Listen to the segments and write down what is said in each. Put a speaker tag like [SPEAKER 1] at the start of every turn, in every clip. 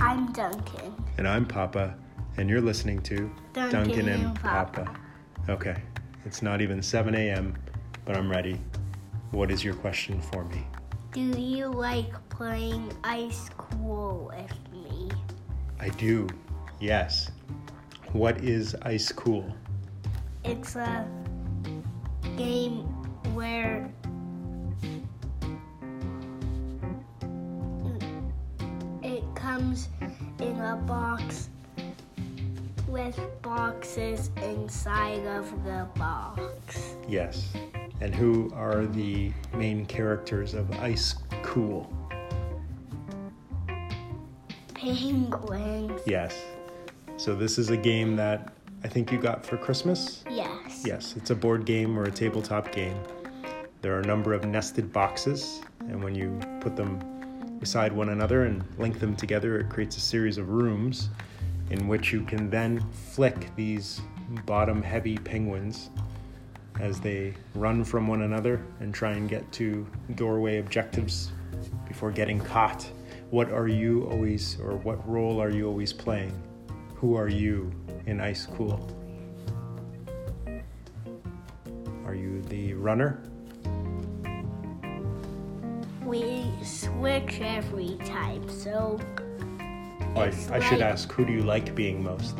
[SPEAKER 1] I'm Duncan.
[SPEAKER 2] And I'm Papa, and you're listening to
[SPEAKER 1] Duncan and Papa.
[SPEAKER 2] Okay, it's not even 7 a.m., but I'm ready. What is your question for me?
[SPEAKER 1] Do you like playing ice cool with me?
[SPEAKER 2] I do, yes. What is ice cool?
[SPEAKER 1] It's a game where it comes in a box with boxes inside of the box.
[SPEAKER 2] Yes. And who are the main characters of Ice Cool?
[SPEAKER 1] Penguins.
[SPEAKER 2] Yes. So this is a game that I think you got for Christmas.
[SPEAKER 1] Yes.
[SPEAKER 2] Yes, it's a board game or a tabletop game. There are a number of nested boxes, and when you put them beside one another and link them together, it creates a series of rooms in which you can then flick these bottom heavy penguins as they run from one another and try and get to doorway objectives before getting caught. What are you always, or what role are you always playing? Who are you in Ice Cool? Are you the runner?
[SPEAKER 1] We switch every time, so
[SPEAKER 2] I,
[SPEAKER 1] It's
[SPEAKER 2] I should
[SPEAKER 1] like-
[SPEAKER 2] ask, who do you like being most?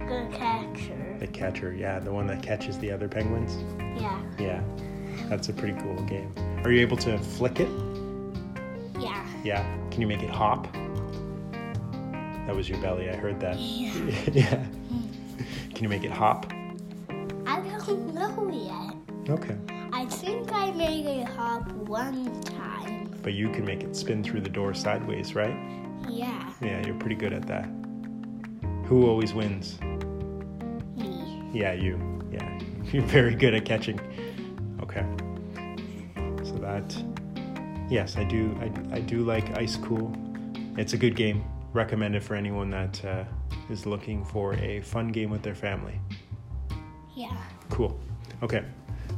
[SPEAKER 1] the catcher.
[SPEAKER 2] The catcher, yeah, the one that catches the other penguins.
[SPEAKER 1] Yeah.
[SPEAKER 2] Yeah, that's a pretty cool game. Are you able to flick it?
[SPEAKER 1] Yeah.
[SPEAKER 2] Yeah. Can you make it hop? That was your belly. I heard that.
[SPEAKER 1] Yeah.
[SPEAKER 2] yeah. Can you make it hop?
[SPEAKER 1] I don't know yet.
[SPEAKER 2] Okay.
[SPEAKER 1] I think I made a hop one time.
[SPEAKER 2] But you can make it spin through the door sideways, right?
[SPEAKER 1] Yeah,
[SPEAKER 2] Yeah, you're pretty good at that. Who always wins?
[SPEAKER 1] me.
[SPEAKER 2] Yeah, you. Yeah. You're very good at catching. Okay. So that yes, I do I, I do like Ice Cool. It's a good game. Recommended for anyone that uh, is looking for a fun game with their family.
[SPEAKER 1] Yeah.
[SPEAKER 2] Cool. Okay.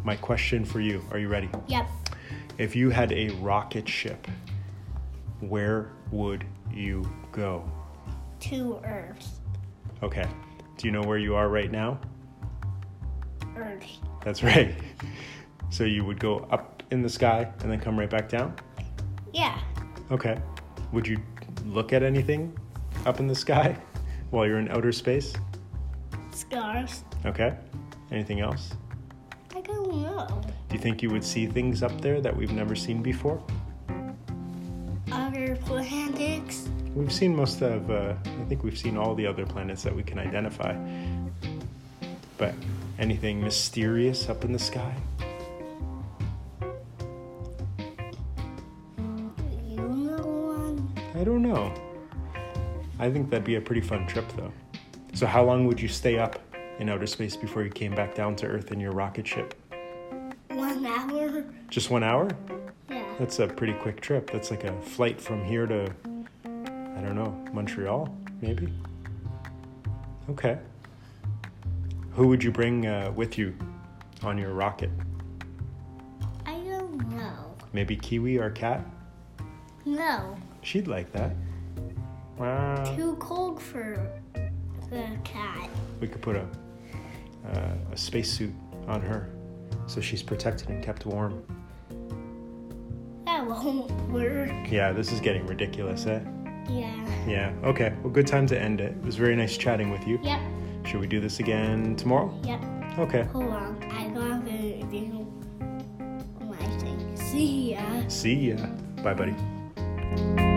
[SPEAKER 2] My question for you. Are you ready?
[SPEAKER 1] Yep.
[SPEAKER 2] If you had a rocket ship, where would you go?
[SPEAKER 1] Two Earths.
[SPEAKER 2] Okay. Do you know where you are right now?
[SPEAKER 1] Earth.
[SPEAKER 2] That's right. So you would go up in the sky and then come right back down?
[SPEAKER 1] Yeah.
[SPEAKER 2] Okay. Would you look at anything up in the sky while you're in outer space?
[SPEAKER 1] Stars.
[SPEAKER 2] Okay. Anything else?
[SPEAKER 1] I don't know.
[SPEAKER 2] Do you think you would see things up there that we've never seen before?
[SPEAKER 1] Other planets.
[SPEAKER 2] We've seen most of, uh, I think we've seen all the other planets that we can identify. But anything mysterious up in the sky?
[SPEAKER 1] You know one.
[SPEAKER 2] I don't know. I think that'd be a pretty fun trip, though. So, how long would you stay up in outer space before you came back down to Earth in your rocket ship?
[SPEAKER 1] One hour.
[SPEAKER 2] Just one hour?
[SPEAKER 1] Yeah.
[SPEAKER 2] That's a pretty quick trip. That's like a flight from here to, I don't know, Montreal, maybe? Okay. Who would you bring uh, with you on your rocket?
[SPEAKER 1] I don't know.
[SPEAKER 2] Maybe Kiwi or Cat?
[SPEAKER 1] No.
[SPEAKER 2] She'd like that. Wow.
[SPEAKER 1] Too cold for the cat.
[SPEAKER 2] We could put a, uh, a spacesuit on her so she's protected and kept warm.
[SPEAKER 1] That won't work.
[SPEAKER 2] Yeah, this is getting ridiculous, eh?
[SPEAKER 1] Yeah.
[SPEAKER 2] Yeah. Okay. Well, good time to end it. It was very nice chatting with you.
[SPEAKER 1] Yep.
[SPEAKER 2] Should we do this again tomorrow?
[SPEAKER 1] Yep.
[SPEAKER 2] Okay.
[SPEAKER 1] Hold on. I gotta do my thing. Oh See ya.
[SPEAKER 2] See ya. Bye, buddy.